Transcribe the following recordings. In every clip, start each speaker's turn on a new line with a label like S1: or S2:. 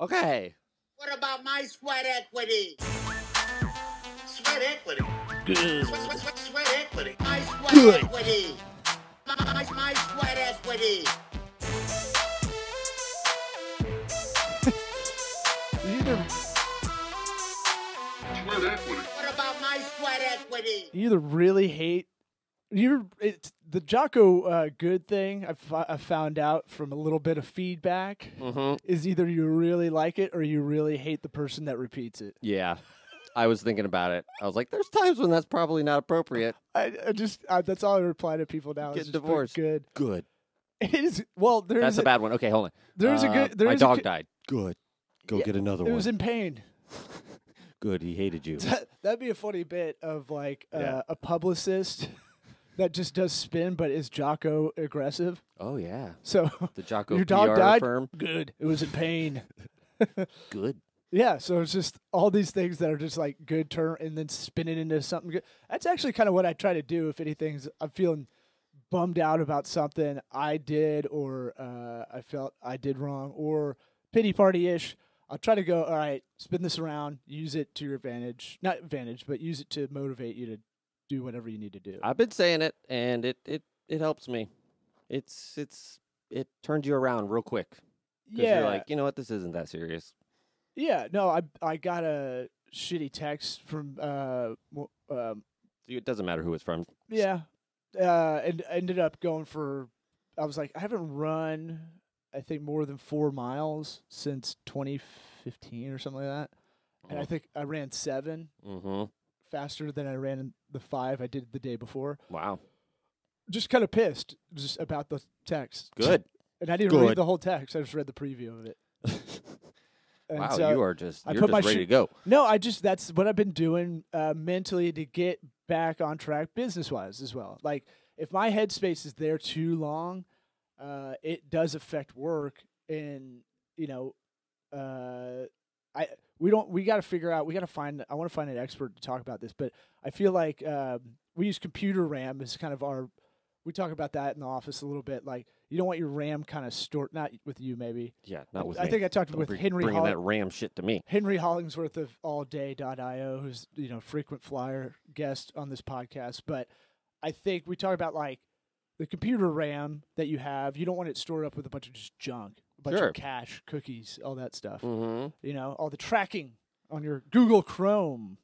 S1: Okay.
S2: What about my sweat equity? Sweat equity. Sweat, sweat, sweat, sweat equity. My sweat
S1: Good.
S2: equity. My, my, my sweat equity.
S1: You either,
S3: Sweat equity.
S2: What about my sweat equity?
S1: you either really hate you it's the Jocko uh, good thing I, f- I found out from a little bit of feedback
S4: Mm-hmm.
S1: is either you really like it or you really hate the person that repeats it.
S4: Yeah. I was thinking about it. I was like, there's times when that's probably not appropriate.
S1: I, I just I, that's all I reply to people now. is
S4: Get
S1: just put
S4: divorced.
S1: Good.
S4: Good.
S1: It is well. There's
S4: That's a bad one. Okay, hold on.
S1: There's a
S4: Uh,
S1: good. There's
S4: my
S1: a
S4: dog
S1: ki-
S4: died. Good. Go
S1: Yeah,
S4: get another
S1: It was in pain.
S4: Good. He hated you.
S1: That'd be a funny bit of like uh,
S4: Yeah.
S1: a publicist that just does spin, but is Jocko aggressive?
S4: Oh yeah.
S1: So
S4: The Jocko
S1: your dog
S4: PR
S1: died.
S4: firm.
S1: Good. It was in pain.
S4: Good.
S1: yeah. So it's just all these things that are just like good turn, and then spin it into something good. That's actually kind of what I try to do. If anything's, I'm feeling bummed out about something I did, or uh, I felt I did wrong, or pity party ish. I'll try to go. All right, spin this around. Use it to your advantage. Not advantage, but use it to motivate you to do whatever you need to do.
S4: I've been saying it, and it it it helps me. It's it's it turns you around real quick. 'Cause
S1: yeah.
S4: You're like, you know what? This isn't that serious.
S1: Yeah, no, I I got a shitty text from uh w- um
S4: It doesn't matter who it's from.
S1: yeah, uh and ended up going for I was like I haven't run I think more than 4 miles since 2015 or something like that. And I
S4: Mhm.
S1: think I ran 7
S4: Mm-hmm.
S1: faster than I ran the 5 I did the day before.
S4: Wow.
S1: Just kind of pissed just about the text.
S4: Good.
S1: And I didn't read
S4: Good.
S1: the whole text. I just read the preview of it. And
S4: wow.
S1: so-
S4: you are just
S1: I
S4: you're
S1: put
S4: just
S1: my
S4: ready
S1: shoe-
S4: to go.
S1: No, I just that's what I've been doing uh, mentally to get back on track business wise as well. Like if my headspace is there too long, uh, it does affect work, and you know, uh, I we don't we got to figure out we got to find I want to find an expert to talk about this, but I feel like um, we use computer RAM as kind of our we talk about that in the office a little bit. Like you don't want your RAM kind of stored not with you maybe.
S4: Yeah. Not with
S1: I
S4: me.
S1: think I talked
S4: Don't
S1: with
S4: bring-
S1: Henry
S4: bringing
S1: Hall-
S4: that ram shit to me.
S1: Henry Hollingsworth of allday.io, who's, you know, frequent flyer guest on this podcast. But I think we talk about like the computer RAM that you have. You don't want it stored up with a bunch of just junk, a bunch
S4: Sure.
S1: of cache, cookies, all that stuff.
S4: Mm-hmm.
S1: You know, all the tracking on your Google Chrome.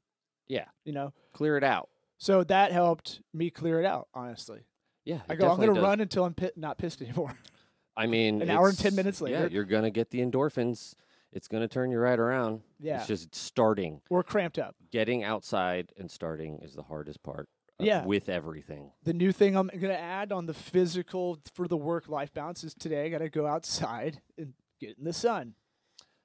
S4: Yeah.
S1: You know,
S4: Clear it out.
S1: so that helped me clear it out, honestly.
S4: Yeah. it
S1: I go, I'm
S4: definitely
S1: going to
S4: does.
S1: run until I'm pi- not pissed anymore.
S4: I mean,
S1: An hour and 10
S4: it's-
S1: minutes
S4: Yeah,
S1: later.
S4: you're gonna get the endorphins. It's gonna turn you right around.
S1: yeah.
S4: It's just starting,
S1: or cramped up.
S4: getting outside, and starting is the hardest part. uh,
S1: Yeah.
S4: With everything.
S1: The new thing I'm going to add on the physical for the work life balance is today I got to go outside and get in the sun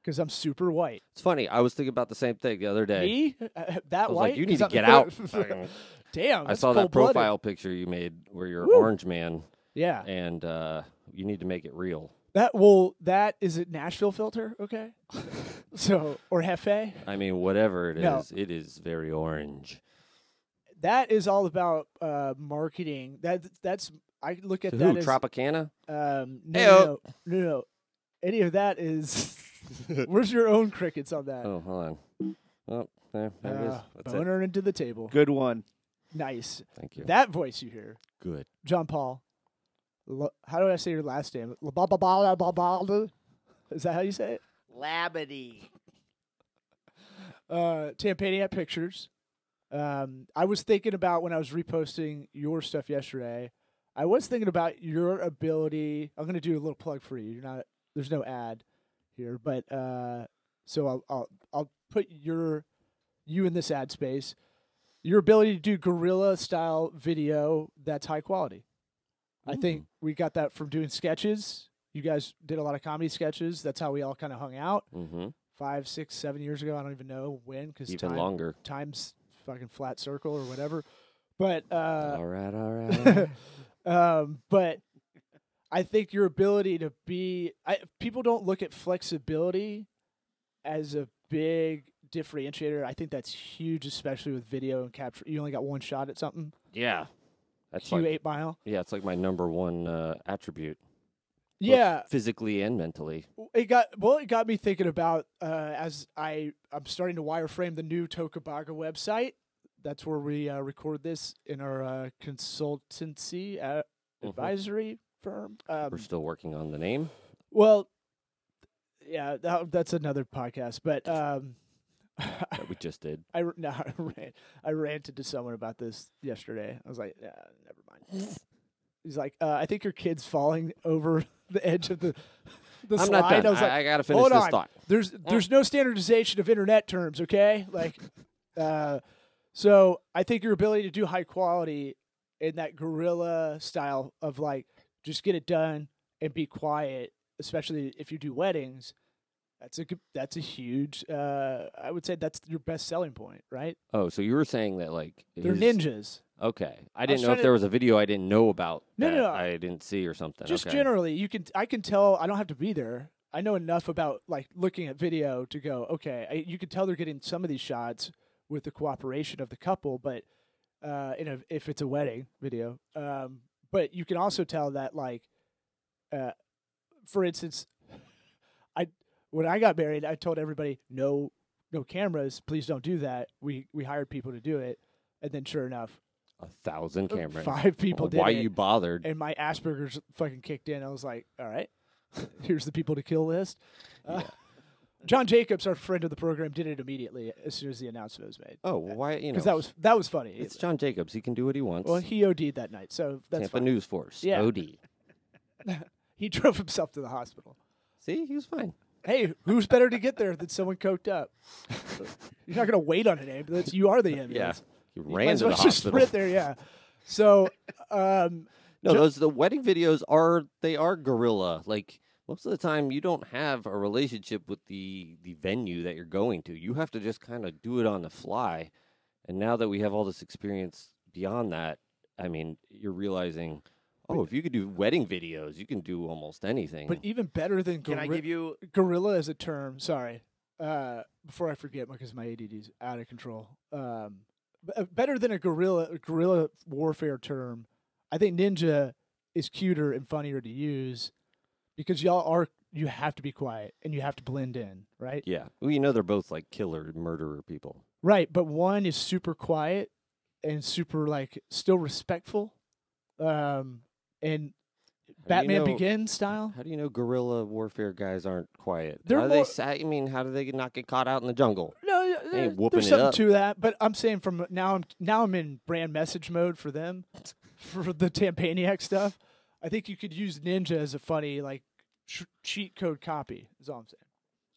S1: because I'm super white.
S4: It's funny. I was thinking about the same thing the other day.
S1: Me? Uh,
S4: I
S1: that
S4: was
S1: white?
S4: like, you need
S1: 'Cause
S4: to get
S1: I'm-
S4: out. Fucking-
S1: Damn.
S4: I
S1: that's
S4: saw that
S1: cold-blooded.
S4: profile picture you made where you're
S1: Woo.
S4: orange man,
S1: Yeah.
S4: and uh, you need to make it real.
S1: That will, that is a Nashville filter, okay? so, or Hefe.
S4: I mean, whatever it is,
S1: No.
S4: it is very orange.
S1: That is all about uh, marketing. That That's, I look at
S4: To
S1: that
S4: who?
S1: as.
S4: Tropicana?
S1: um,
S4: Heyo.
S1: no, no, no, no, no. Any of that is. Where's your own crickets on that?
S4: Oh, hold on. Oh, there, there it is.
S1: Uh,
S4: That's it.
S1: boner into the table.
S5: Good one.
S1: Nice.
S4: Thank you.
S1: That voice you hear,
S4: Good.
S1: John Paul. Lo- how do I say your last name? Lo- ba- ba- ba- ba- ba- ba- Is that how you say it?
S2: Labity.
S1: Uh, Tampani at Pictures. Um, I was thinking about when I was reposting your stuff yesterday. I was thinking about your ability. I'm going to do a little plug for you. You're not. There's no ad here, but uh, so I'll, I'll I'll put your you in this ad space. Your ability to do guerrilla style video that's high quality. I think we got that from doing sketches. You guys did a lot of comedy sketches. That's how we all kind of hung out
S4: Mm-hmm.
S1: five, six, seven years ago. I don't even know when because
S4: Even
S1: time,
S4: longer.
S1: time's fucking flat circle or whatever. But uh,
S4: all right, all right. all right.
S1: um, but I think your ability to be I, people don't look at flexibility as a big differentiator. I think that's huge, especially with video and capture. You only got one shot at something.
S4: yeah. That's
S1: Q
S4: like,
S1: eight mile.
S4: yeah, it's like my number one uh, attribute. both
S1: Yeah,
S4: physically and mentally.
S1: w- it got well. It got me thinking about uh, as I I'm starting to wireframe the new Tokubaga website. That's where we uh, record this in our uh, consultancy uh,
S4: Mhm.
S1: advisory firm. Um,
S4: We're still working on the name.
S1: well, yeah, that, that's another podcast. But um,
S4: that we just did.
S1: I r- no, I ran, I ranted to someone about this yesterday. I was like, yeah, never mind. He's like, uh, I think your kid's falling over the edge of the the
S4: I'm
S1: slide.
S4: not done.
S1: I
S4: I,
S1: was like,
S4: I gotta finish
S1: hold
S4: this
S1: on.
S4: thought.
S1: there's there's no standardization of internet terms, okay? Like, uh, so I think your ability to do high quality in that guerrilla style of like just get it done and be quiet, especially if you do weddings. That's a good- that's a huge. Uh, I would say that's your best selling point, right?
S4: Oh, so you were saying that like
S1: They're
S4: his-
S1: ninjas.
S4: Okay, I
S1: was
S4: didn't know
S1: trying
S4: if
S1: to-
S4: there was a video I didn't know about.
S1: No, no,
S4: that
S1: no.
S4: I didn't see or something.
S1: Just
S4: okay.
S1: generally, you can I can tell. I don't have to be there. I know enough about like looking at video to go. Okay, I, you can tell they're getting some of these shots with the cooperation of the couple, but uh, in a, if it's a wedding video, um, but you can also tell that like, uh, for instance, I when I got married, I told everybody no no cameras, please don't do that. We we hired people to do it, and then sure enough,
S4: a thousand cameras.
S1: five people did
S4: Why
S1: it
S4: you bothered?
S1: and my Asperger's fucking kicked in. I was like, all right, here's the people to kill list. Uh, John Jacobs, our friend of the program, did it immediately as soon as the announcement was made
S4: Oh, well, why? You know,
S1: because uh, that was that was funny.
S4: it's John Jacobs. He can do what he wants.
S1: well, he OD'd that night, so that's
S4: Tampa
S1: fine.
S4: News Force.
S1: Yeah.
S4: OD.
S1: He drove himself to the hospital.
S4: See, he was fine.
S1: Hey, who's better to get there than someone coked up? You're not gonna wait on an ambulance. You are the ambulance.
S4: he
S1: Might
S4: ran
S1: as
S4: to the
S1: well just
S4: hospital.
S1: sprint there. Yeah. So, um,
S4: No,
S1: Ju-
S4: those the wedding videos are they are gorilla. Like most of the time, you don't have a relationship with the the venue that you're going to. You have to just kind of do it on the fly. And now that we have all this experience beyond that, I mean, you're realizing, oh, if you could do wedding videos, you can do almost anything.
S1: but even better than
S3: Can I
S1: gorilla-
S3: give you
S1: gorilla as a term. Sorry, uh, before I forget, because my ADD is out of control. Um, b- uh, better than a gorilla a guerrilla warfare term, I think ninja is cuter and funnier to use because y'all are you have to be quiet and you have to blend in, right?
S4: yeah, well, you know, they're both like killer murderer people.
S1: Right, but one is super quiet and super like still respectful, um, and
S4: How do you
S1: Batman
S4: know-
S1: Begins style.
S4: How do you know guerrilla warfare guys aren't quiet?
S1: They're
S4: how do
S1: more-
S4: they? Sa- I mean, how do they not get caught out in the jungle?
S1: No, yeah, there-
S4: whooping
S1: there's
S4: it
S1: something
S4: up.
S1: to that, but I'm saying from now I'm now I'm in brand message mode for them, for the Tampaniac stuff. I think you could use Ninja as a funny like sh- cheat code copy. Is all I'm saying.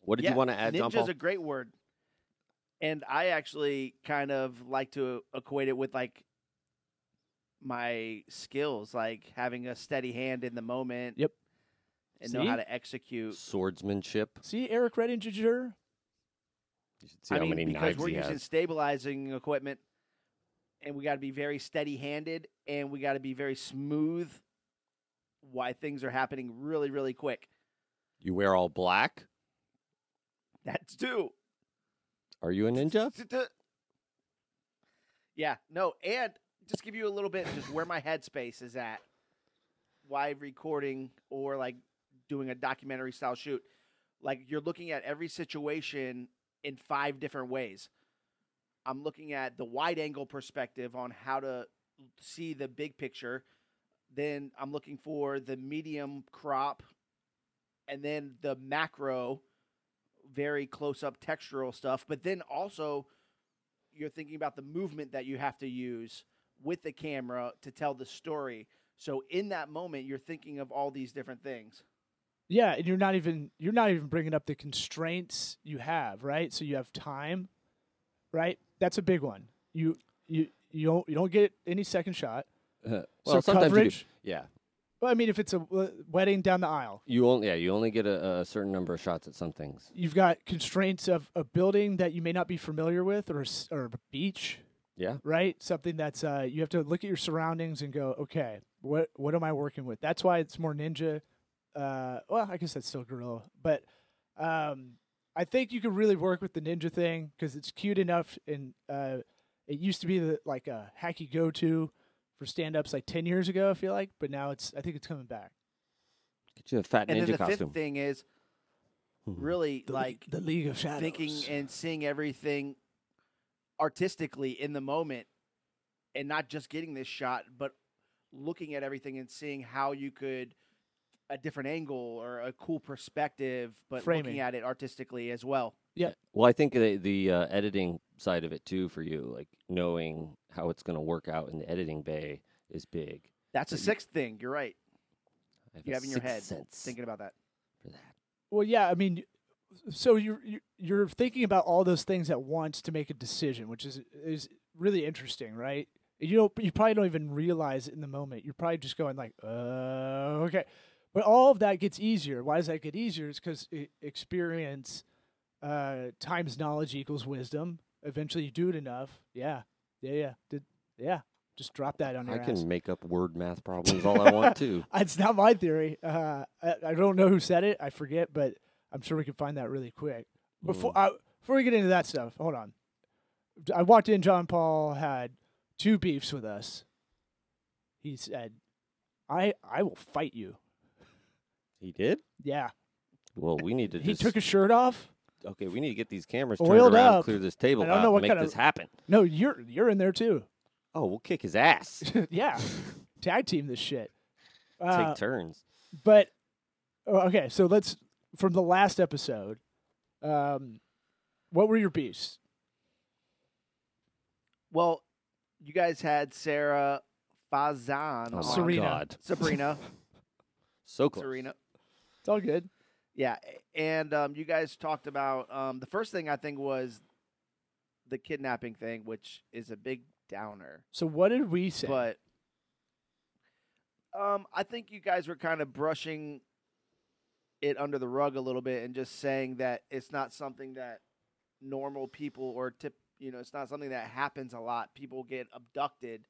S4: What did
S3: yeah,
S4: you want to add, John
S3: Ninja's
S4: Paul?
S3: a great word, and I actually kind of like to equate it with like my skills, like having a steady hand in the moment.
S1: Yep.
S3: And know how
S1: See?
S3: to execute.
S4: Swordsmanship.
S1: See Eric Redinger.
S4: You should see
S3: I
S4: how
S3: mean,
S4: many
S3: because
S4: knives
S3: we're
S4: he
S3: using
S4: has.
S3: stabilizing equipment, and we got to be very steady-handed, and we got to be very smooth. Why things are happening really, really quick.
S4: You wear all black?
S3: That's two.
S4: Are you a ninja?
S3: Yeah, no, and just give you a little bit just where my headspace is at. Why recording or like doing a documentary style shoot. Like you're looking at every situation in five different ways. I'm looking at the wide angle perspective on how to see the big picture. Then I'm looking for the medium crop and then the macro, very close up textural stuff. But then also, you're thinking about the movement that you have to use with the camera to tell the story. So in that moment, you're thinking of all these different things.
S1: Yeah, and you're not even you're not even bringing up the constraints you have, right? So you have time, right? That's a big one. You you you don't you don't get any second shot.
S4: Uh, well,
S1: so
S4: sometimes
S1: coverage.
S4: you do. Yeah.
S1: Well, I mean, if it's a w- wedding down the aisle,
S4: You only yeah, you only get a, a certain number of shots at some things.
S1: you've got constraints of a building that you may not be familiar with or s- or a beach
S4: Yeah.
S1: right something that's uh you have to look at your surroundings and go okay what what am i working with that's why it's more ninja uh well i guess that's still gorilla but um i think you could really work with the ninja thing because it's cute enough and uh it used to be the, like a hacky go-to for stand-ups like 10 years ago i feel like but now it's i think it's coming back
S4: Get you a fat
S3: And
S4: ninja
S3: then the
S4: costume. Hmm.
S3: fifth thing is really
S1: The Le-
S3: like
S1: the League of Mm-hmm. Shadows.
S3: thinking and seeing everything artistically in the moment and not just getting this shot but looking at everything and seeing how you could a different angle or a cool perspective but
S1: Framing.
S3: looking at it artistically as well
S4: Well, I think the, the uh, editing side of it too for you, like knowing how it's going to work out in the editing bay, is big.
S3: that's a
S4: So you-
S3: sixth thing you're right
S4: I
S3: you
S4: a
S3: have in your
S4: sixth
S3: head
S4: sense
S3: thinking about that
S4: for that.
S1: Well, yeah, I mean, so you're you- you're thinking about all those things at once to make a decision, which is is really interesting, right? You don't, you probably don't even realize it in the moment. You're probably just going like, uh, okay. But all of that gets easier. Why does that get easier? It's because experience uh, times knowledge equals wisdom. Eventually, you do it enough. Yeah, yeah, yeah, Did, yeah. Just drop that on your
S4: I
S1: ass.
S4: can make up word math problems all I want to.
S1: It's not my theory. Uh, I, I don't know who said it. I forget, but I'm sure we can find that really quick. Before I, before we get into that stuff, hold on. I walked in. John Paul had two beefs with us. He said, "I I will fight you."
S4: He did.
S1: Yeah,
S4: Well, we need to.
S1: he
S4: just,
S1: took his shirt off.
S4: okay, we need to get these cameras turned
S1: Oiled
S4: around,
S1: up.
S4: clear this table
S1: I don't
S4: out,
S1: know
S4: and
S1: what
S4: make
S1: kind of-
S4: this happen.
S1: No, you're you're in there too.
S4: Oh, we'll kick his ass.
S1: yeah, tag team this shit. Uh,
S4: Take turns.
S1: But oh, okay, so let's from the last episode. Um, what were your beefs?
S3: well you guys had sarah fazan
S4: Oh
S3: on.
S4: my
S1: Serena.
S4: God.
S3: sabrina
S4: So close.
S3: serena
S1: It's all good.
S3: Yeah, a- and um, you guys talked about um, the first thing I think was the kidnapping thing, which is a big downer.
S1: So what did we say?
S3: But um, I think you guys were kind of brushing it under the rug a little bit and just saying that it's not something that normal people or tip, you know, it's not something that happens a lot. People get abducted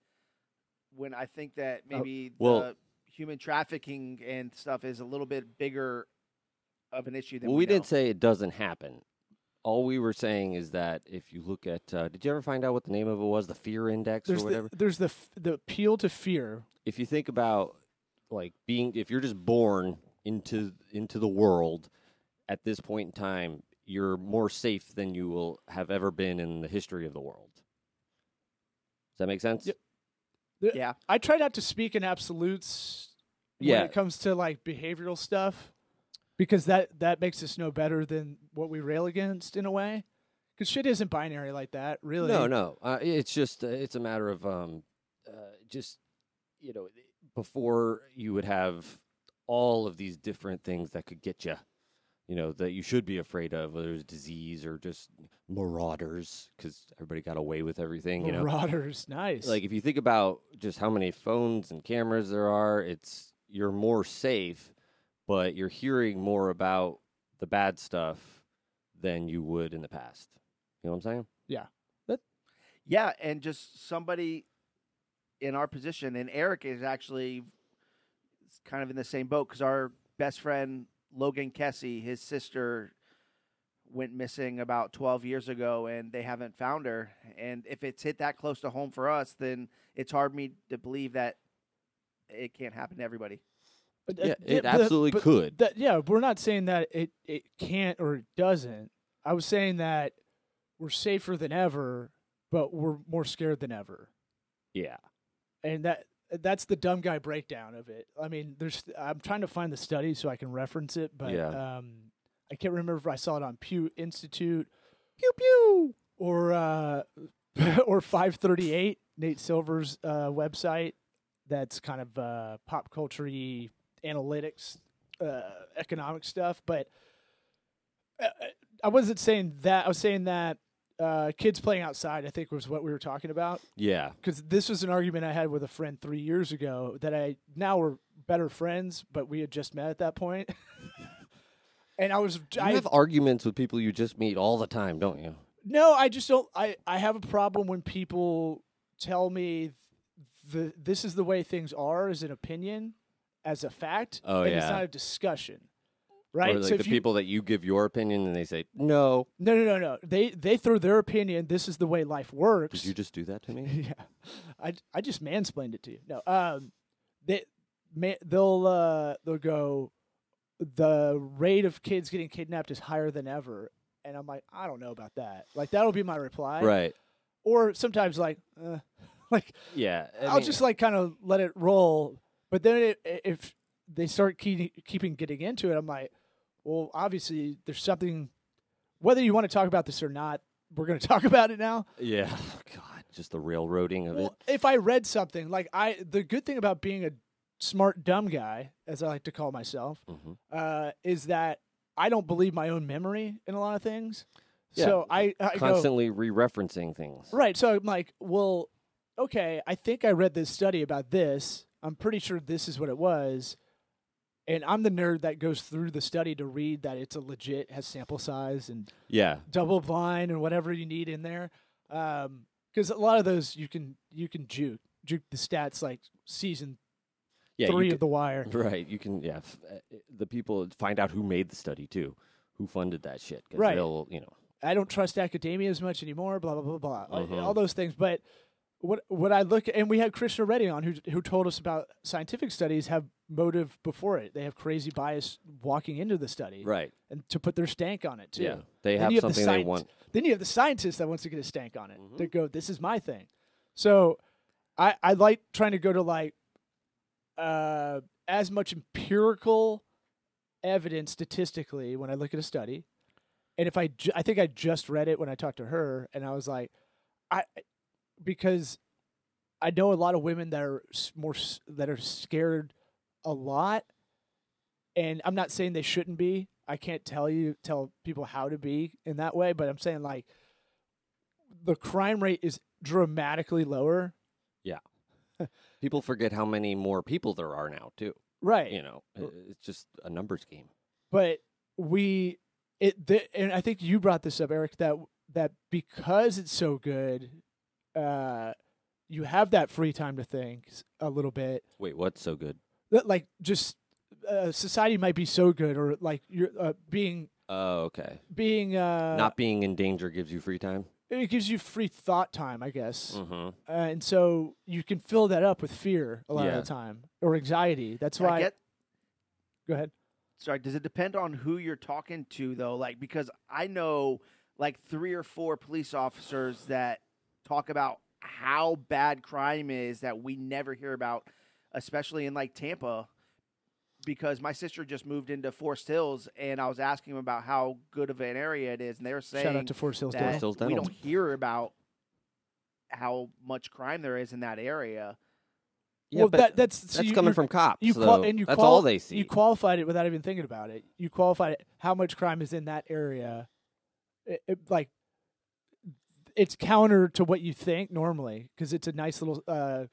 S3: when I think that maybe
S4: Oh, well-
S3: the human trafficking and stuff is a little bit bigger of an issue than
S4: Well,
S3: we,
S4: we
S3: know.
S4: didn't say it doesn't happen. All we were saying is that if you look at, uh, did you ever find out what the name of it was? The fear index
S1: there's
S4: or whatever.
S1: the, there's the f- the appeal to fear.
S4: if you think about like being if you're just born into into the world at this point in time you're more safe than you will have ever been in the history of the world does that make sense
S1: Yep.
S3: Yeah.
S1: I try not to speak in absolutes
S4: Yeah.
S1: when it comes to like behavioral stuff because that that makes us no better than what we rail against in a way. Because shit isn't binary like that, really.
S4: no no uh, it's just uh, it's a matter of um uh, just you know before you would have all of these different things that could get you you know that you should be afraid of whether it's disease or just marauders because everybody got away with everything you know
S1: Marauders, nice.
S4: like if you think about just how many phones and cameras there are, it's you're more safe, but you're hearing more about the bad stuff than you would in the past. You know what I'm saying?
S3: Yeah, and just somebody in our position, and Eric is actually s- kind of in the same boat because our best friend Logan Kessie, his sister, went missing about 12 years ago, and they haven't found her. And if it's hit that close to home for us, then it's hard me to believe that it can't happen to everybody.
S1: But, uh,
S4: Yeah, it
S1: but-
S4: absolutely
S1: but
S4: could.
S1: that- yeah, we're not saying that it it can't or it doesn't. I was saying that we're safer than ever, but we're more scared than ever.
S4: yeah.
S1: and that that's the dumb guy breakdown of it. I mean, there's I'm trying to find the study so I can reference it, but
S4: Yeah.
S1: um, I can't remember if I saw it on Pew Institute, pew pew, or uh, or 538 Nate Silver's uh, website. That's kind of uh, pop culture analytics, uh, economic stuff. But uh, uh, I wasn't saying that. I was saying that uh, kids playing outside. I think was what we were talking about
S4: Yeah.
S1: because this was an argument I had with a friend three years ago that I now we're better friends, but we had just met at that point. and I was,
S4: You
S1: I
S4: have arguments with people you just meet all the time, don't you?
S1: no, I just don't. I I have a problem when people tell me the this is the way things are as an opinion, as a fact.
S4: Oh,
S1: and it's
S4: yeah.
S1: not a discussion, right?
S4: Or like
S1: so
S4: the
S1: if you,
S4: people that you give your opinion and they say, No.
S1: no, no, no, no. They they throw their opinion. This is the way life works.
S4: Did you just do that to me?
S1: yeah, I I just mansplained it to you. No, um, they ma- they'll uh they'll go, the rate of kids getting kidnapped is higher than ever. And I'm like, I don't know about that. Like that'll be my reply.
S4: right.
S1: Or sometimes like, uh, like
S4: Yeah. I
S1: I'll
S4: mean,
S1: just like kind of let it roll. But then it, i- if they start keep, keeping getting into it, I'm like, well, obviously there's something. Whether you want to talk about this or not, we're going to talk about it now.
S4: Yeah. Oh, God, just the railroading of
S1: Well, if I read something like I, the good thing about being a smart dumb guy, as I like to call myself,
S4: it. Mhm.
S1: uh, is that I don't believe my own memory in a lot of things.
S4: Yeah,
S1: So I, I go,
S4: Constantly re-referencing things.
S1: Right. So I'm like, well, okay, I think I read this study about this. I'm pretty sure this is what it was. And I'm the nerd that goes through the study to read that it's a legit, has sample size and
S4: Yeah.
S1: double blind and whatever you need in there. Um 'cause because a lot of those you can you can juke juke the stats like season
S4: Yeah. you
S1: three
S4: c-
S1: of The Wire.
S4: Right. You can, yeah. F- uh, the people find out who made the study too, who funded that shit. 'cause
S1: Right.
S4: They'll, you know.
S1: I don't trust academia as much anymore. Blah blah blah blah. All-
S4: Mhm.
S1: All those things, but what what I look at, and we had Krishna Reddy on who who told us about scientific studies have motive before it. They have crazy bias walking into the study,
S4: Right.
S1: and to put their stank on it too.
S4: Yeah. They
S1: Then
S4: have
S1: you have the
S4: something they
S1: science-
S4: want.
S1: Then you have the scientist that wants to get a stank on it.
S4: Mhm.
S1: They go, "This is my thing." So, I I like trying to go to like uh, as much empirical evidence statistically when I look at a study, and if I ju- I think I just read it when I talked to her, and I was like, I because I know a lot of women that are s- more s- that are scared a lot and I'm not saying they shouldn't be. I can't tell you tell people how to be in that way, but I'm saying like the crime rate is dramatically lower.
S4: People forget how many more people there are now too.
S1: Right.
S4: You know,
S1: Well-
S4: It- it's just a numbers game.
S1: But we it the, and I think you brought this up Eric that that because it's so good uh you have that free time to think s- a little bit.
S4: Wait, what's so good?
S1: That, Like just uh, society might be so good or like you're uh, being
S4: Oh, okay.
S1: being uh
S4: Not being in danger gives you free time.
S1: it gives you free thought time, I guess.
S4: Mm-hmm.
S1: Uh, and so you can fill that up with fear a lot
S4: Yeah.
S1: of the time or anxiety. That's why.
S3: I get
S1: go ahead.
S3: sorry, does it depend on who you're talking to though? Like because I know like three or four police officers that talk about how bad crime is that we never hear about, especially in like Tampa. Because my sister just moved into Forest Hills, and I was asking them about how good of an area it is, and they were saying
S1: Shout out to Forest Hills.
S4: Forest
S1: Dental.
S3: that
S4: Hills
S3: we
S4: Dental.
S3: don't hear about how much crime there is in that area.
S4: Yeah,
S1: well,
S4: but
S1: that, that's so
S4: that's
S1: you-
S4: coming
S1: you're-
S4: from cops.
S1: you
S4: You
S1: qual- and you
S4: that's
S1: qual-
S4: all they see.
S1: You qualified it without even thinking about it. You qualified it, how much crime is in that area. It- it, like it's counter to what you think normally because it's a nice little uh,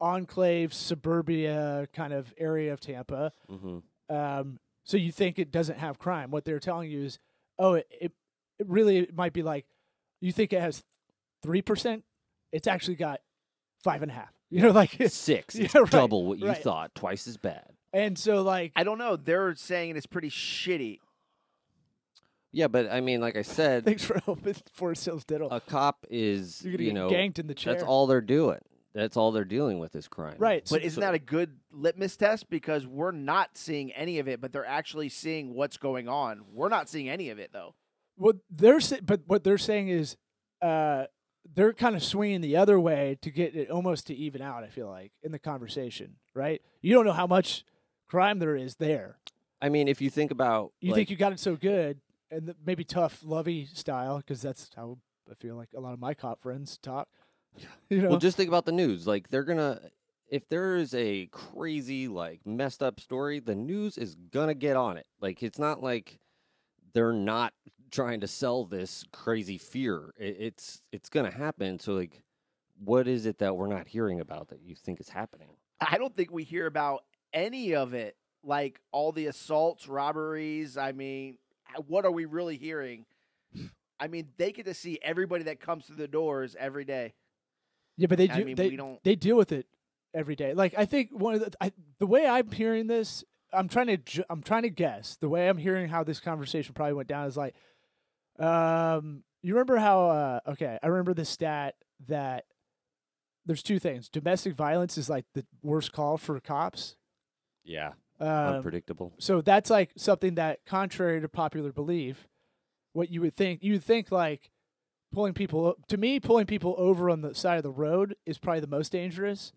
S1: enclave suburbia kind of area of Tampa.
S4: mm-hmm.
S1: um, so you think it doesn't have crime. What they're telling you is, oh, it, it, it really might be like, you think it has three percent, it's actually got five and a half. You know, like,
S4: Six. It's
S1: Yeah, right,
S4: double what you
S1: right.
S4: thought. Twice as bad.
S1: and so like,
S3: I don't know. They're saying it's pretty shitty.
S4: Yeah, but I mean, like I said,
S1: thanks for helping for sales diddle.
S4: a cop is
S1: You're gonna
S4: Uh, you
S1: get
S4: know
S1: ganked in the chair.
S4: that's all they're doing. That's all they're dealing with is crime.
S1: right? so-
S3: But isn't that a good litmus test? Because we're not seeing any of it, but they're actually seeing what's going on. We're not seeing any of it though.
S1: What they're sa- but what they're saying is, uh, they're kind of swinging the other way to get it almost to even out. I feel like in the conversation, right? You don't know how much crime there is there.
S4: I mean, if you think about,
S1: You
S4: like,
S1: think you got it so good, and th- maybe tough, lovey style, because that's how I feel like a lot of my cop friends talk. You know,
S4: well, just think about the news. Like they're gonna, if there is a crazy, like messed up story, the news is gonna get on it. Like it's not like they're not trying to sell this crazy fear. It, it's it's gonna happen. So like, what is it that we're not hearing about that you think is happening?
S3: I don't think we hear about any of it. Like all the assaults, robberies. I mean, what are we really hearing? I mean, they get to see everybody that comes through the doors every day.
S1: yeah, but they
S3: I
S1: do.
S3: mean,
S1: they,
S3: we don't.
S1: they deal with it every day. Like I think one of the I, the way I'm hearing this, I'm trying to ju- I'm trying to guess the way I'm hearing how this conversation probably went down is like, um, you remember how? Uh, okay, I remember the stat that there's two things: domestic violence is like the worst call for cops,
S4: Yeah,
S1: Um,
S4: Unpredictable.
S1: so that's like something that contrary to popular belief what you would think you would think like pulling people o- to me pulling people over on the side of the road is probably the most dangerous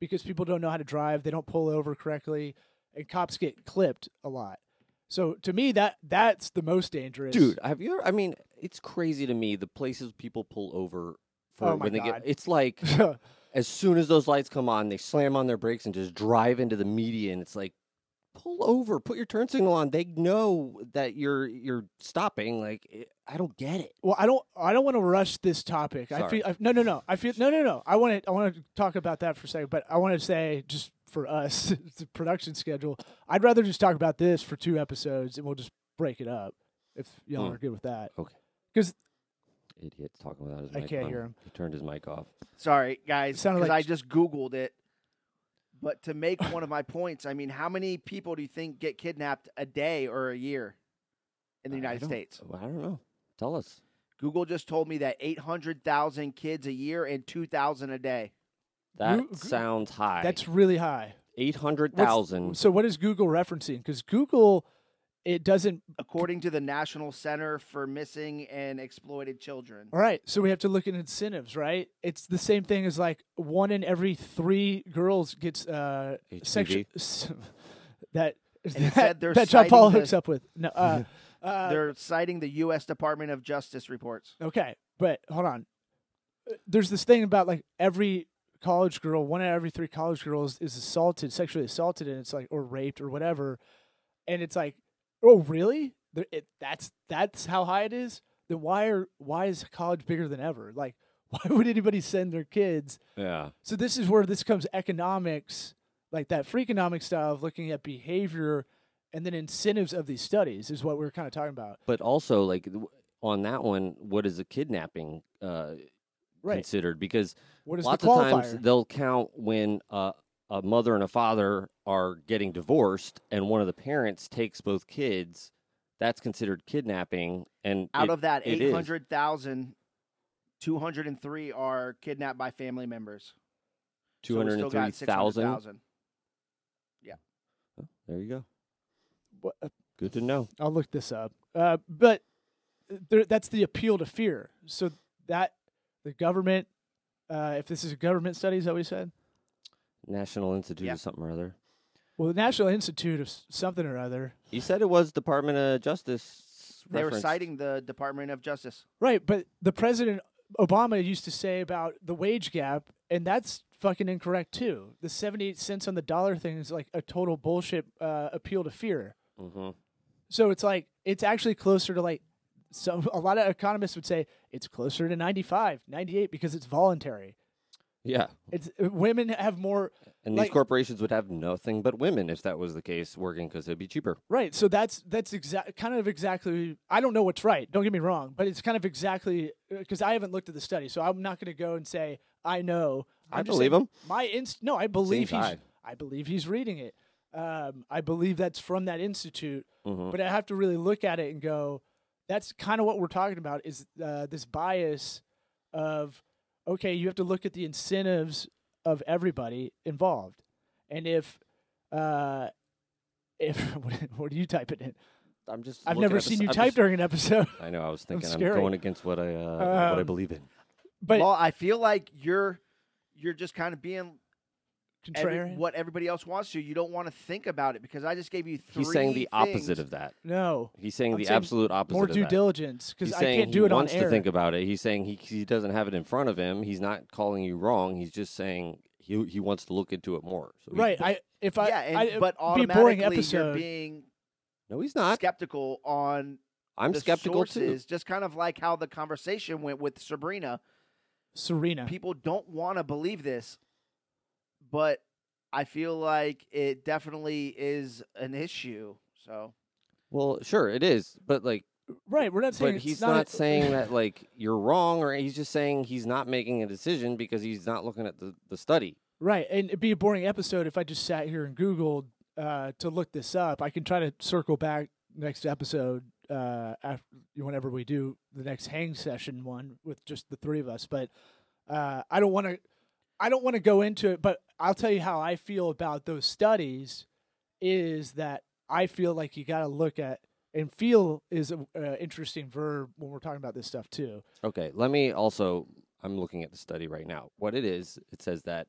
S1: because people don't know how to drive they don't pull over correctly and cops get clipped a lot so to me that that's the most dangerous
S4: Dude, have you ever, I mean, it's crazy to me the places people pull over for
S1: Oh my
S4: when they
S1: God.
S4: get it's like as soon as those lights come on, they slam on their brakes and just drive into the median. It's like pull over, put your turn signal on. They know that you're you're stopping. Like it, I don't get it.
S1: well i don't i don't want to rush this topic i
S4: Sorry.
S1: feel I, no no no i feel no no no i want to i want to talk about that for a second but i want to say just for us the production schedule i'd rather just talk about this for two episodes and we'll just break it up if y'all
S4: Hmm.
S1: are good with that
S4: Okay.
S1: because
S4: Idiot's talking without his
S1: I
S4: mic.
S1: can't
S4: on.
S1: hear him.
S4: He turned his mic off.
S3: Sorry, guys,
S1: sounded
S3: because
S1: like-
S3: I just Googled it. But to make one of my points, I mean, how many people do you think get kidnapped a day or a year in the
S4: I
S3: United
S4: don't-
S3: States?
S4: Well, I don't know. Tell us.
S3: Google just told me that 800,000 kids a year and 2,000 a day.
S4: That
S1: Goo- goo-
S4: sounds high.
S1: that's really high
S4: eight hundred
S1: What's-
S4: thousand.
S1: so what is google referencing because google it doesn't
S3: according to the National Center for Missing and Exploited Children.
S1: all right so we have to look at incentives right it's the same thing as like one in every three girls gets uh sexual that
S3: And it
S1: that,
S3: said they're
S1: that John Paul
S3: citing the-
S1: hooks up with. No, uh, uh,
S3: They're citing the U.S. Department of Justice reports.
S1: okay, but hold on. Uh, There's this thing about like every college girl, one out of every three college girls is assaulted, sexually assaulted, and it's like or raped or whatever, and it's like, oh really? There- It, that's that's how high it is. Then why are why is college bigger than ever? Like why would anybody send their kids
S4: Yeah.
S1: So this is where this comes economics, like that freakonomic style of looking at behavior and then incentives of these studies is what we are kind of talking about.
S4: But also, like w- on that one, what is a kidnapping uh,
S1: Right.
S4: considered? Because
S1: What is
S4: lots
S1: the
S4: of
S1: qualifier?
S4: times they'll count when uh, a mother and a father are getting divorced and one of the parents takes both kids that's considered kidnapping and
S3: Out
S4: it-
S3: of that
S4: it is.
S3: 800,000, 203 are kidnapped by family members. So we still
S4: 203,000
S3: got 600,000.
S4: there you go
S1: What- uh,
S4: good to know
S1: I'll look this up. Uh, but there, that's the appeal to fear. So that the government, uh, if this is a government study, is that what you said?
S4: national institute
S3: Yeah.
S4: of something or other
S1: Well, the National Institute of S- something or other.
S4: you said it was department of justice
S3: They were
S4: referenced.
S3: citing the Department of Justice.
S1: Right, but the president Obama used to say about the wage gap, and that's fucking incorrect too. The seventy-eight cents on the dollar thing is like a total bullshit uh, appeal to fear.
S4: Mhm.
S1: So it's like it's actually closer to like so a lot of economists would say it's closer to 95, 98 because it's voluntary.
S4: yeah
S1: It's uh, women have more
S4: and
S1: Like-
S4: these corporations would have nothing but women if that was the case working because it'd be cheaper
S1: Right. So that's that's exact kind of exactly. I don't know what's right. Don't get me wrong, but it's kind of exactly because I haven't looked at the study, so I'm not going to go and say I know.
S4: I
S1: I'm just
S4: believe
S1: saying
S4: him.
S1: My inst. No, I believe
S4: Seems
S1: he's.
S4: high.
S1: I believe he's reading it. Um, I believe that's from that institute,
S4: Mhm.
S1: but I have to really look at it and go. That's kind of what we're talking about. Is uh, this bias of okay? You have to look at the incentives of everybody involved, and if. Uh, if what, what are you typing in?
S4: i'm just
S1: I've
S4: looking
S1: never
S4: at the
S1: seen
S4: s-
S1: you
S4: I'm
S1: type
S4: just-
S1: during an episode.
S4: i know i was thinking i'm
S1: scary.
S4: going against what i uh, what i
S1: Um,
S4: believe in
S1: But
S3: well, I feel like you're you're just kind of being every-
S1: contrarian?
S3: what everybody else wants to. You don't want to think about it because I just gave you three
S4: He's saying the
S3: things.
S4: opposite of that.
S1: No,
S4: He's saying
S1: I'm
S4: the
S1: saying
S4: absolute opposite.
S1: more
S4: of
S1: due
S4: that.
S1: diligence because
S4: He's
S1: I
S4: saying
S1: can't
S4: he
S1: do it on
S4: wants
S1: air.
S4: to think about it. He's saying he he doesn't have it in front of him. He's not calling you wrong. He's just saying he he wants to look into it more. So he-
S1: right? I if I
S3: yeah, and,
S1: I,
S3: but
S1: it'd be a
S3: automatically
S1: boring
S3: you're
S1: episode.
S3: being
S4: no, he's not.
S3: skeptical on
S4: I'm
S3: the
S4: skeptical too.
S3: sources, just kind of like how the conversation went with Sabrina.
S1: Serena.
S3: People don't want to believe this, but I feel like it definitely is an issue. So
S4: Well, sure it is, but like,
S1: right? We're not saying
S4: but
S1: it's
S4: he's
S1: not,
S4: not,
S1: a-
S4: saying that like you're wrong, or he's just saying he's not making a decision because he's not looking at the, the study.
S1: Right, and it'd be a boring episode if I just sat here and Googled uh, to look this up. I can try to circle back next episode uh, after whenever we do the next hang session one with just the three of us. But uh, I don't want to. I don't want to go into it, but I'll tell you how I feel about those studies is that I feel like you got to look at and feel is an interesting verb when we're talking about this stuff too.
S4: Okay, let me also. I'm looking at the study right now. What it is, it says that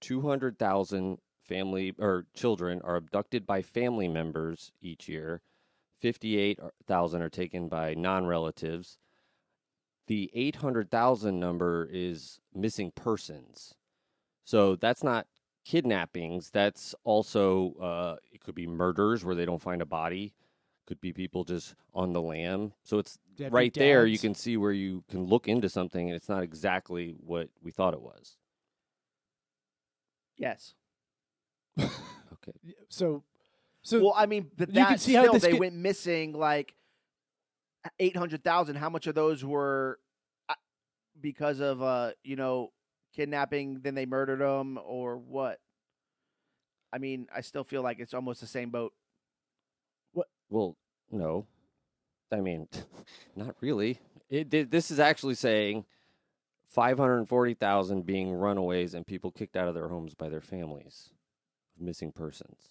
S4: 200,000 family or children are abducted by family members each year. 58,000 are taken by non-relatives. The 800,000 number is missing persons. So that's not kidnappings. That's also uh, it could be murders where they don't find a body. Could be people just on the lam. So it's
S1: Deadbeat
S4: right there. You
S1: dads.
S4: can see where you can look into something and it's not exactly what we thought it was.
S3: Yes.
S4: Okay.
S1: so so
S3: Well, I mean, but
S1: You can
S3: that
S1: see how
S3: still
S1: this
S3: they
S1: could-
S3: went missing like eight hundred thousand. How much of those were uh, because of uh, you know kidnapping? Then they murdered them or what? I mean, I still feel like it's almost the same boat.
S4: Well, no. I mean, not really. It, thi- this is actually saying 540,000 being runaways and people kicked out of their homes by their families of missing persons.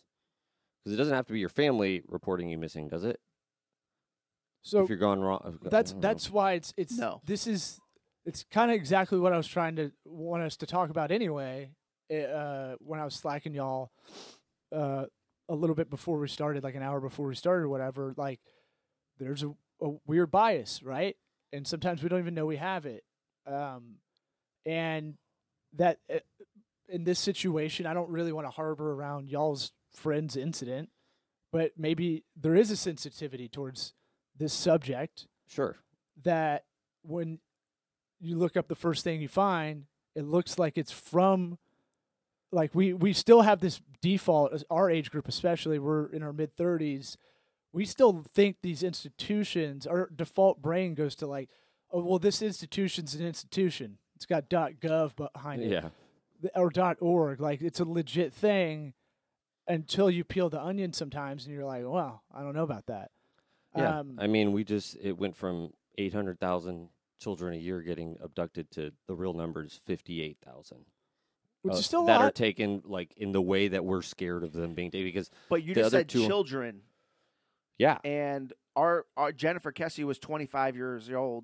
S4: Because it doesn't have to be your family reporting you missing, does it?
S1: so
S4: if you're gone wrong,
S1: that's that's why it's it's
S3: No.
S1: this is it's kind of exactly what I was trying to want us to talk about anyway. eh, Uh, when I was slacking y'all uh, a little bit before we started, like an hour before we started, or whatever. Like there's a, a weird bias, right? And sometimes we don't even know we have it. Um, and that eh, in this situation, I don't really want to harbor around y'all's friend's incident, but maybe there is a sensitivity towards this subject
S4: sure.
S1: that when you look up the first thing you find, it looks like it's from like we we still have this default as our age group especially we're in our mid 30s we still think these institutions our default brain goes to like oh well this institution's an institution it's got gov behind it
S4: Yeah.
S1: th- or dot org like it's a legit thing until you peel the onion sometimes and you're like well i don't know about that
S4: Yeah.
S1: um,
S4: I mean, we just, it went from 800,000 children a year getting abducted to the real numbers 58,000.
S1: which
S4: uh,
S1: is still a
S4: that
S1: lot
S4: are taken like in the way that we're scared of them being taken because
S3: But you
S4: The
S3: just
S4: other
S3: said
S4: two-
S3: children,
S4: yeah
S3: and our, our Jennifer Kessie was twenty five years old.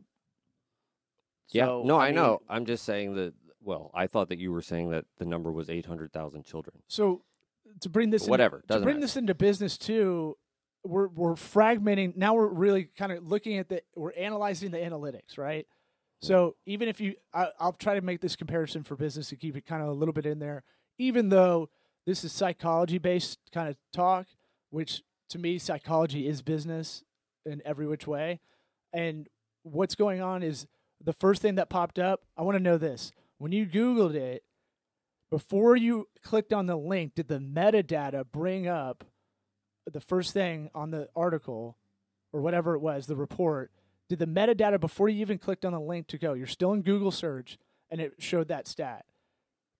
S4: Yeah,
S3: So,
S4: no, I,
S3: mean,
S4: know. I'm just saying that. Well, I thought that you were saying that the number was 800,000 children.
S1: So to bring this in-
S4: Whatever,
S1: to
S4: doesn't
S1: bring
S4: matter.
S1: this into business too, we're we're fragmenting. Now we're really kind of looking at the we're analyzing the analytics, right? So even if you, I, I'll try to make this comparison for business to keep it kind of a little bit in there. Even though this is psychology based kind of talk, which to me psychology is business in every which way, and what's going on is the first thing that popped up. I want to know this when you Googled it before you clicked on the link, did the metadata bring up the first thing on the article or whatever it was, the report? Did the metadata before you even clicked on the link to go? You're still in Google search and it showed that stat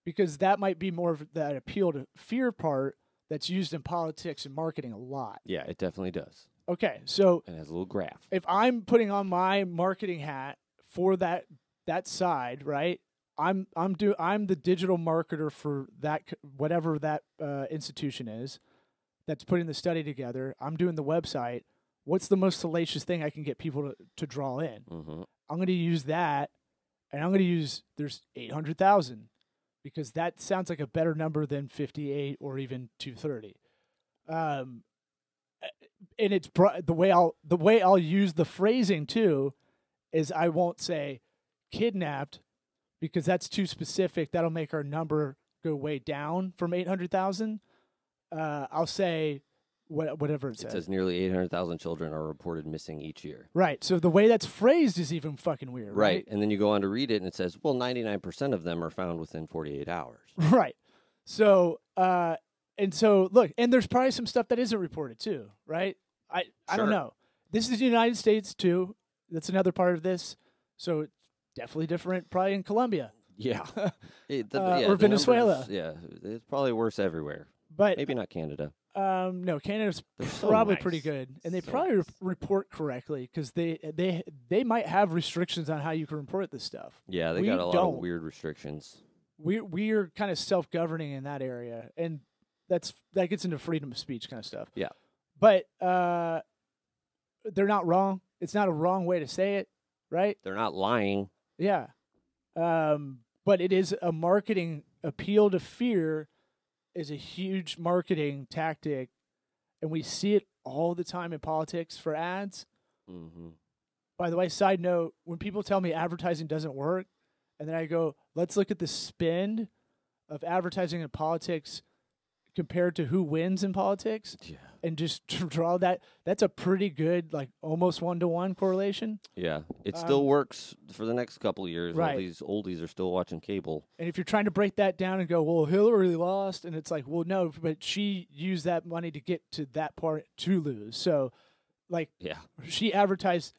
S1: because that might be more of that appeal to fear part that's used in politics and marketing a lot.
S4: Yeah, it definitely does.
S1: Okay, so
S4: And has a little graph.
S1: if I'm putting on my marketing hat for that that side, right? I'm I'm do I'm the digital marketer for that c- whatever that uh, institution is that's putting the study together. I'm doing the website. What's the most salacious thing I can get people to, to draw in?
S4: hmm
S1: I'm going to use that, and I'm going to use there's eight hundred thousand because that sounds like a better number than fifty eight or even two thirty. Um, uh, and it's bro- the way I'll the way I'll use the phrasing too is I won't say kidnapped because that's too specific. That'll make our number go way down from eight hundred thousand. Uh, I'll say what, whatever it
S4: It
S1: says.
S4: says nearly 800,000 children are reported missing each year.
S1: Right. So the way that's phrased is even fucking weird.
S4: Right. And then you go on to read it and it says, well, 99% of them are found within 48 hours.
S1: Right. So, uh, and so look, and there's probably some stuff that isn't reported too, right? I I don't
S4: Sure.
S1: know. This is the United States too. That's another part of this. So it's definitely different, probably in Colombia,
S4: Yeah. It- Eh, the-
S1: Uh,
S4: yeah,
S1: or
S4: the numbers-
S1: Venezuela.
S4: yeah. It's probably worse everywhere.
S1: but
S4: Maybe not Canada.
S1: um, no, Canada's
S4: They're so
S1: probably
S4: Oh, nice.
S1: pretty good, and they
S4: So
S1: probably re-
S4: nice.
S1: report correctly because they they they might have restrictions on how you can report this stuff.
S4: Yeah, they
S1: We
S4: got a lot
S1: don't.
S4: of weird restrictions.
S1: we we are kind of self governing in that area, and that's that gets into freedom of speech kind of stuff.
S4: Yeah.
S1: But uh, they're not wrong. It's not a wrong way to say it, right?
S4: They're not lying.
S1: Yeah. Um, but it is a marketing appeal to fear is a huge marketing tactic and we see it all the time in politics for ads.
S4: hmm
S1: By the way, side note, when people tell me advertising doesn't work, and then I go, let's look at the spend of advertising in politics compared to who wins in politics
S4: Yeah.
S1: and just draw that that's a pretty good like almost one to one correlation.
S4: Yeah. It still works for the next couple of years.
S1: Um, right.
S4: All these oldies are still watching cable.
S1: And if you're trying to break that down and go, well, Hillary lost, and it's like, well, no, but she used that money to get to that part to lose. So, like,
S4: Yeah.
S1: she advertised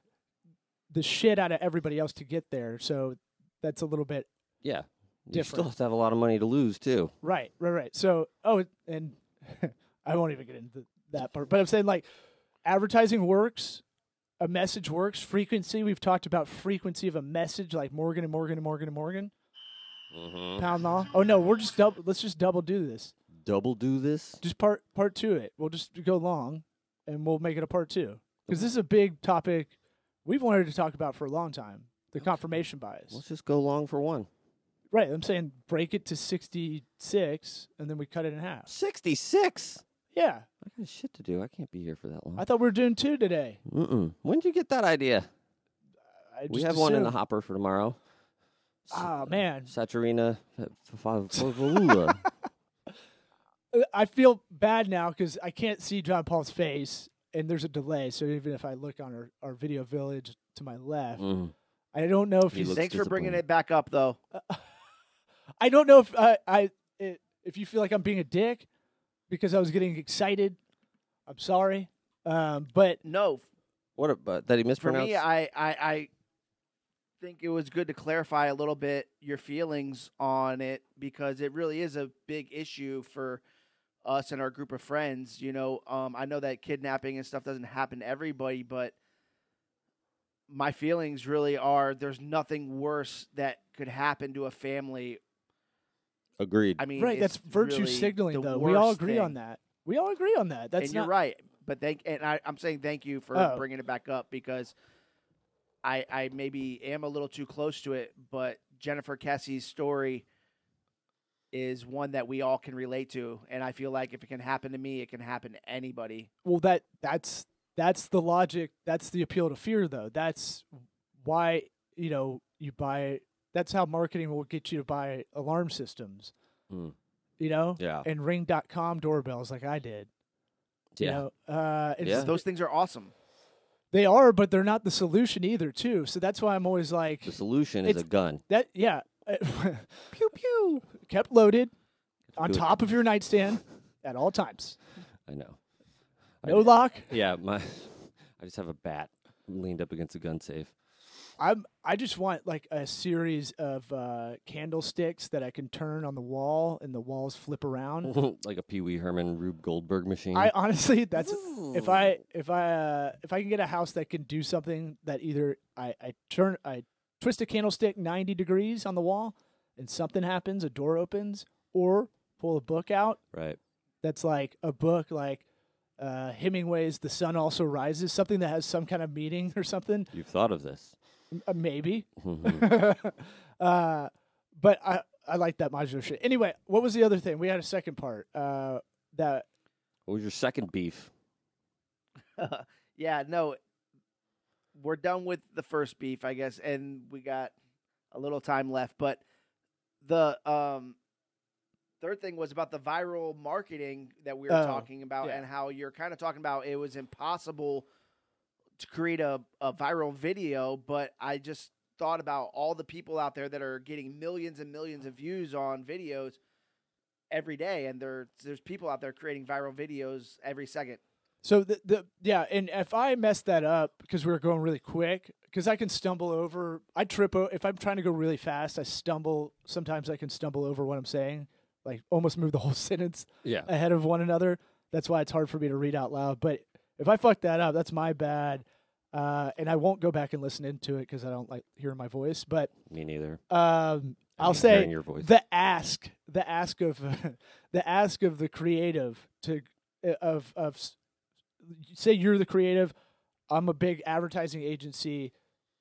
S1: the shit out of everybody else to get there. So that's a little bit
S4: Yeah. You still
S1: Different.
S4: have to have a lot of money to lose too.
S1: right, right, right. So oh, and I won't even get into that part. But I'm saying like advertising works, a message works. Frequency we've talked about frequency of a message like Morgan and Morgan and Morgan and Morgan
S4: Mm-hmm.
S1: pound law. Oh no, we're just double. Let's just double do this.
S4: Double do this.
S1: Just part part two it. We'll just go long, and we'll make it a part two because this is a big topic we've wanted to talk about for a long time. The confirmation bias.
S4: Let's just go long for one.
S1: Right. I'm saying break it to 66 and then we cut it in half.
S4: Sixty-six.
S1: Yeah.
S4: I got shit to do. I can't be here for that long.
S1: I thought we were doing two today.
S4: Mm-mm. When did you get that idea?
S1: I
S4: We
S1: just
S4: have one in the
S1: assumed.
S4: hopper for tomorrow.
S1: Ah, man.
S4: Saturina uh, Favolula.
S1: Uh, I feel bad now because I can't see John Paul's face and there's a delay. So even if I look on our, our video village to my left,
S4: mm.
S1: I don't know if
S4: He
S1: he's.
S4: looks
S3: Thanks for bringing
S4: disappointed.
S3: it back up, though.
S1: I don't know if uh, I. It, if you feel like I'm being a dick because I was getting excited, I'm sorry. Um, but
S3: No,
S4: What about that he
S3: for
S4: mispronounced?
S3: me, I, I, I think it was good to clarify a little bit your feelings on it because it really is a big issue for us and our group of friends. You know, um, I know that kidnapping and stuff doesn't happen to everybody, but my feelings really are there's nothing worse that could happen to a family.
S4: Agreed.
S3: I mean,
S1: right,
S3: it's
S1: that's virtue
S3: really
S1: signaling,
S3: the
S1: though. We all
S3: worst
S1: agree on
S3: thing.
S1: that. We all agree on that. That's
S3: and
S1: not
S3: you're right. But thank and I, I'm saying thank you for
S1: Oh.
S3: bringing it back up because I I maybe am a little too close to it, but Jennifer Cassie's story is one that we all can relate to, and I feel like if it can happen to me, it can happen to anybody.
S1: well that that's that's the logic that's the appeal to fear though that's why you know you buy that's how marketing will get you to buy alarm systems
S4: Mm.
S1: you know
S4: yeah.
S1: and ring.com doorbells like i did
S4: Yeah.
S1: you know uh it's,
S4: Yeah.
S3: Those things are awesome.
S1: they are but they're not the solution either too so that's why i'm always like
S4: The solution is a
S1: It's-
S4: gun.
S1: that yeah pew pew kept loaded on
S4: Good.
S1: top of your nightstand at all times
S4: I know. I
S1: no
S4: did-
S1: lock
S4: Yeah, my I just have a bat leaned up against a gun safe.
S1: I'm I just want like a series of uh, candlesticks that I can turn on the wall and the walls flip around.
S4: like a Pee Wee Herman Rube Goldberg machine.
S1: I honestly that's if I if I uh, if I can get a house that can do something that either I, I turn I twist a candlestick 90 degrees on the wall and something happens, a door opens, or pull a book out
S4: right.
S1: that's like a book like uh, Hemingway's The Sun Also Rises, something that has some kind of meaning or something,
S4: You've thought of this.
S1: uh, maybe.
S4: Mhm.
S1: uh, but I I like that modular shit. Anyway, what was the other thing? We had a second part. Uh, that
S4: what was your second beef?
S3: yeah, no, we're done with the first beef, I guess, and we got a little time left. But the um, third thing was about the viral marketing that we were
S1: Oh,
S3: talking about,
S1: yeah.
S3: and how you're kind of talking about it was impossible to create a, a viral video. But I just thought about all the people out there that are getting millions and millions of views on videos every day, and there there's people out there creating viral videos every second.
S1: so the the yeah, and if I messed that up because we were going really quick, because I can stumble over. I trip o- if I'm trying to go really fast. I stumble. Sometimes I can stumble over what I'm saying, like almost move the whole sentence
S4: Yeah.
S1: ahead of one another. That's why it's hard for me to read out loud. But if I fuck that up, that's my bad. Uh, and I won't go back and listen into it because I don't like hearing my voice. But
S4: Me neither.
S1: um,
S4: I
S1: I'll
S4: mean, hearing
S1: say
S4: your voice.
S1: the ask the ask of the ask of the creative to uh, of of s- say you're the creative i'm a big advertising agency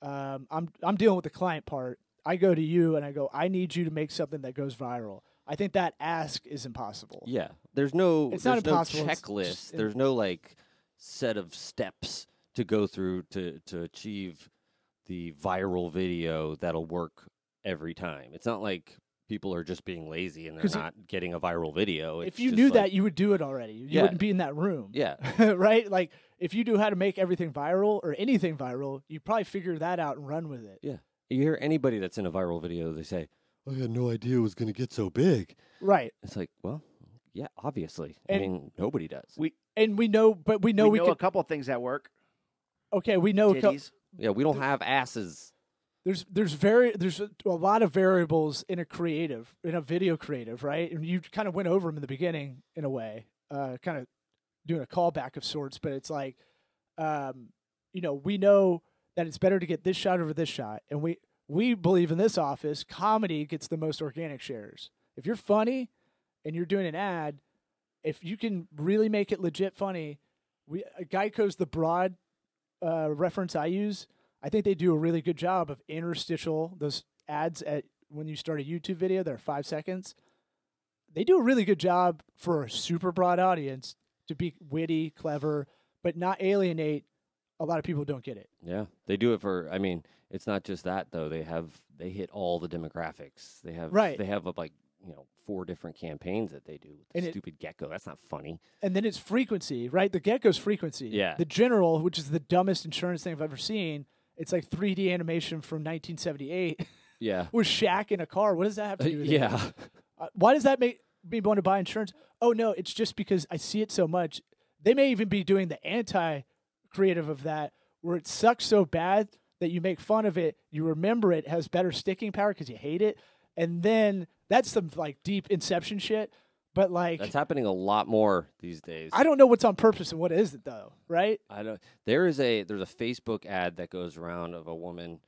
S1: um, i'm i'm dealing with the client part i go to you and i go i need you to make something that goes viral i think that ask is impossible
S4: Yeah, there's no
S1: It's not
S4: there's no
S1: impossible, it's
S4: checklist.
S1: just- it-
S4: there's no like set of steps to go through to to achieve the viral video that'll work every time. It's not like people are just being lazy and they're
S1: 'Cause it-
S4: not getting a viral video. It's
S1: if you
S4: just
S1: knew
S4: like-
S1: that you would do it already you
S4: Yeah.
S1: wouldn't be in that room
S4: yeah,
S1: right like if you knew how to make everything viral or anything viral you'd probably figure that out and run with it
S4: you hear anybody that's in a viral video, they say, "I had no idea it was going to get so big."
S1: right
S4: It's like, well, yeah, obviously.
S1: And-
S4: I mean, nobody does.
S3: We-
S1: and we know but we know
S3: we,
S1: we,
S3: know
S1: could
S3: a couple things that work.
S1: okay we know a cou-
S3: Titties.
S4: yeah, we don't have asses.
S1: there's there's very there's a, a lot of variables in a creative in a video creative right and you kind of went over them in the beginning in a way uh kind of doing a callback of sorts but it's like um you know we know that it's better to get this shot over this shot and we we believe in this office comedy gets the most organic shares if you're funny and you're doing an ad if you can really make it legit funny we uh, geico's the broad uh, reference i use I think they do a really good job of interstitial those ads at when you start a YouTube video. They're five seconds. They do a really good job for a super broad audience to be witty, clever, but not alienate a lot of people. Who don't get it.
S4: Yeah, they do it for. I mean, it's not just that though. They have they hit all the demographics. They have
S1: Right.
S4: They have uh, like you know four different campaigns that they do. With the
S1: And it-
S4: stupid gecko. That's not funny.
S1: And then it's frequency, right? The gecko's frequency.
S4: Yeah.
S1: The general, which is the dumbest insurance thing I've ever seen. It's like 3D animation from 1978
S4: Yeah.
S1: with Shaq in a car. What does that have to do with it?
S4: yeah.
S1: Uh, why does that make me want to buy insurance? Oh no, it's just because I see it so much. They may even be doing the anti creative of that where it sucks so bad that you make fun of it, you remember it has better sticking power because you hate it, and then that's some like deep inception shit. But like
S4: That's happening a lot more these days.
S1: I don't know what's on purpose and what isn't though, right?
S4: I don't. There is a there's a Facebook ad that goes around of a woman,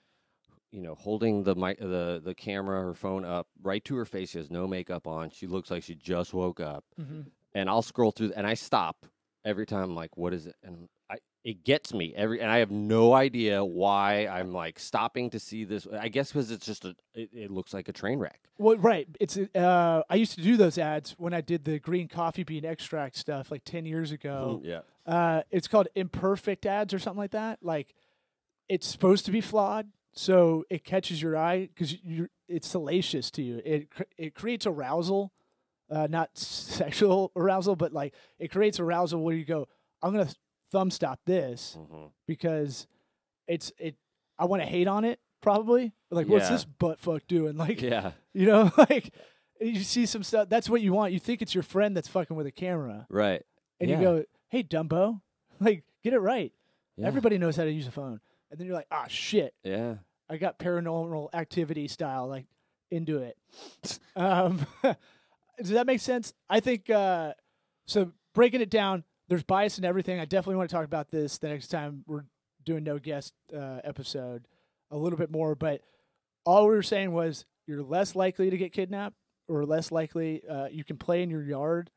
S4: you know, holding the mic, the the camera, her phone up right to her face. She has no makeup on. She looks like she just woke up.
S1: Mhm.
S4: And I'll scroll through and I stop every time. I'm like, what is it? And I it gets me every and I have no idea why I'm like stopping to see this. I guess because it's just a it, it looks like a train wreck.
S1: Well, right. It's uh, I used to do those ads when I did the green coffee bean extract stuff like ten years ago.
S4: yeah.
S1: uh, it's called imperfect ads or something like that. Like it's supposed to be flawed, so it catches your eye because you it's salacious to you. It cr- it creates arousal, uh, not sexual arousal, but like it creates arousal where you go, I'm gonna thumb stop this
S4: Mhm.
S1: because it's it. I want to hate on it probably. Like what's
S4: Yeah.
S1: this butt fuck doing? Like
S4: Yeah.
S1: you know like. You see some stuff. That's what you want. You think it's your friend that's fucking with a camera
S4: Right.
S1: and
S4: Yeah.
S1: you go, "Hey, Dumbo, like get it right.
S4: Yeah.
S1: Everybody knows how to use a phone." And then you're like, "Ah, shit,
S4: Yeah.
S1: I got paranormal activity style like into it." um, does that make sense? I think uh, so. Breaking it down, there's bias in everything. I definitely want to talk about this the next time we're doing no guest uh, episode a little bit more. But all we were saying was you're less likely to get kidnapped or less likely uh, you can play in your yard.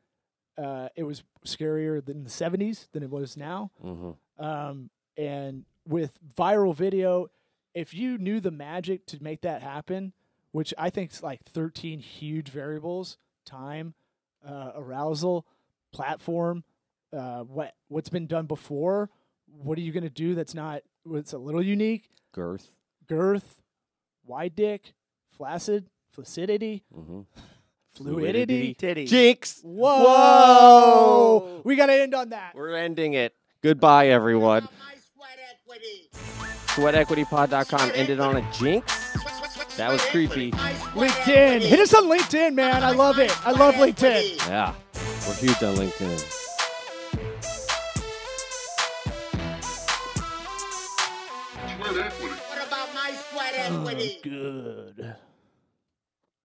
S1: Uh, it was scarier than the 70s than it was now.
S4: hmm
S1: Um, and with viral video, if you knew the magic to make that happen, which I think is like 13 huge variables time, uh, arousal, platform, uh, what, what's been done before, what are you going to do that's not, what's a little unique,
S4: Girth.
S1: girth, wide dick, flaccid, flaccidity,
S4: hmm
S1: fluidity.
S3: Titties.
S4: Jinx.
S1: Whoa!
S4: Whoa!
S1: We got to end on that.
S4: We're ending it. Goodbye, everyone.
S2: My sweat equity.
S4: SweatEquityPod.com ended on a jinx. That was creepy.
S2: My sweat
S1: LinkedIn.
S2: equity.
S1: Hit us on LinkedIn, man. I love it. I love LinkedIn.
S4: Yeah, we're huge on LinkedIn.
S2: What about my sweat equity?
S4: Oh,
S1: Good.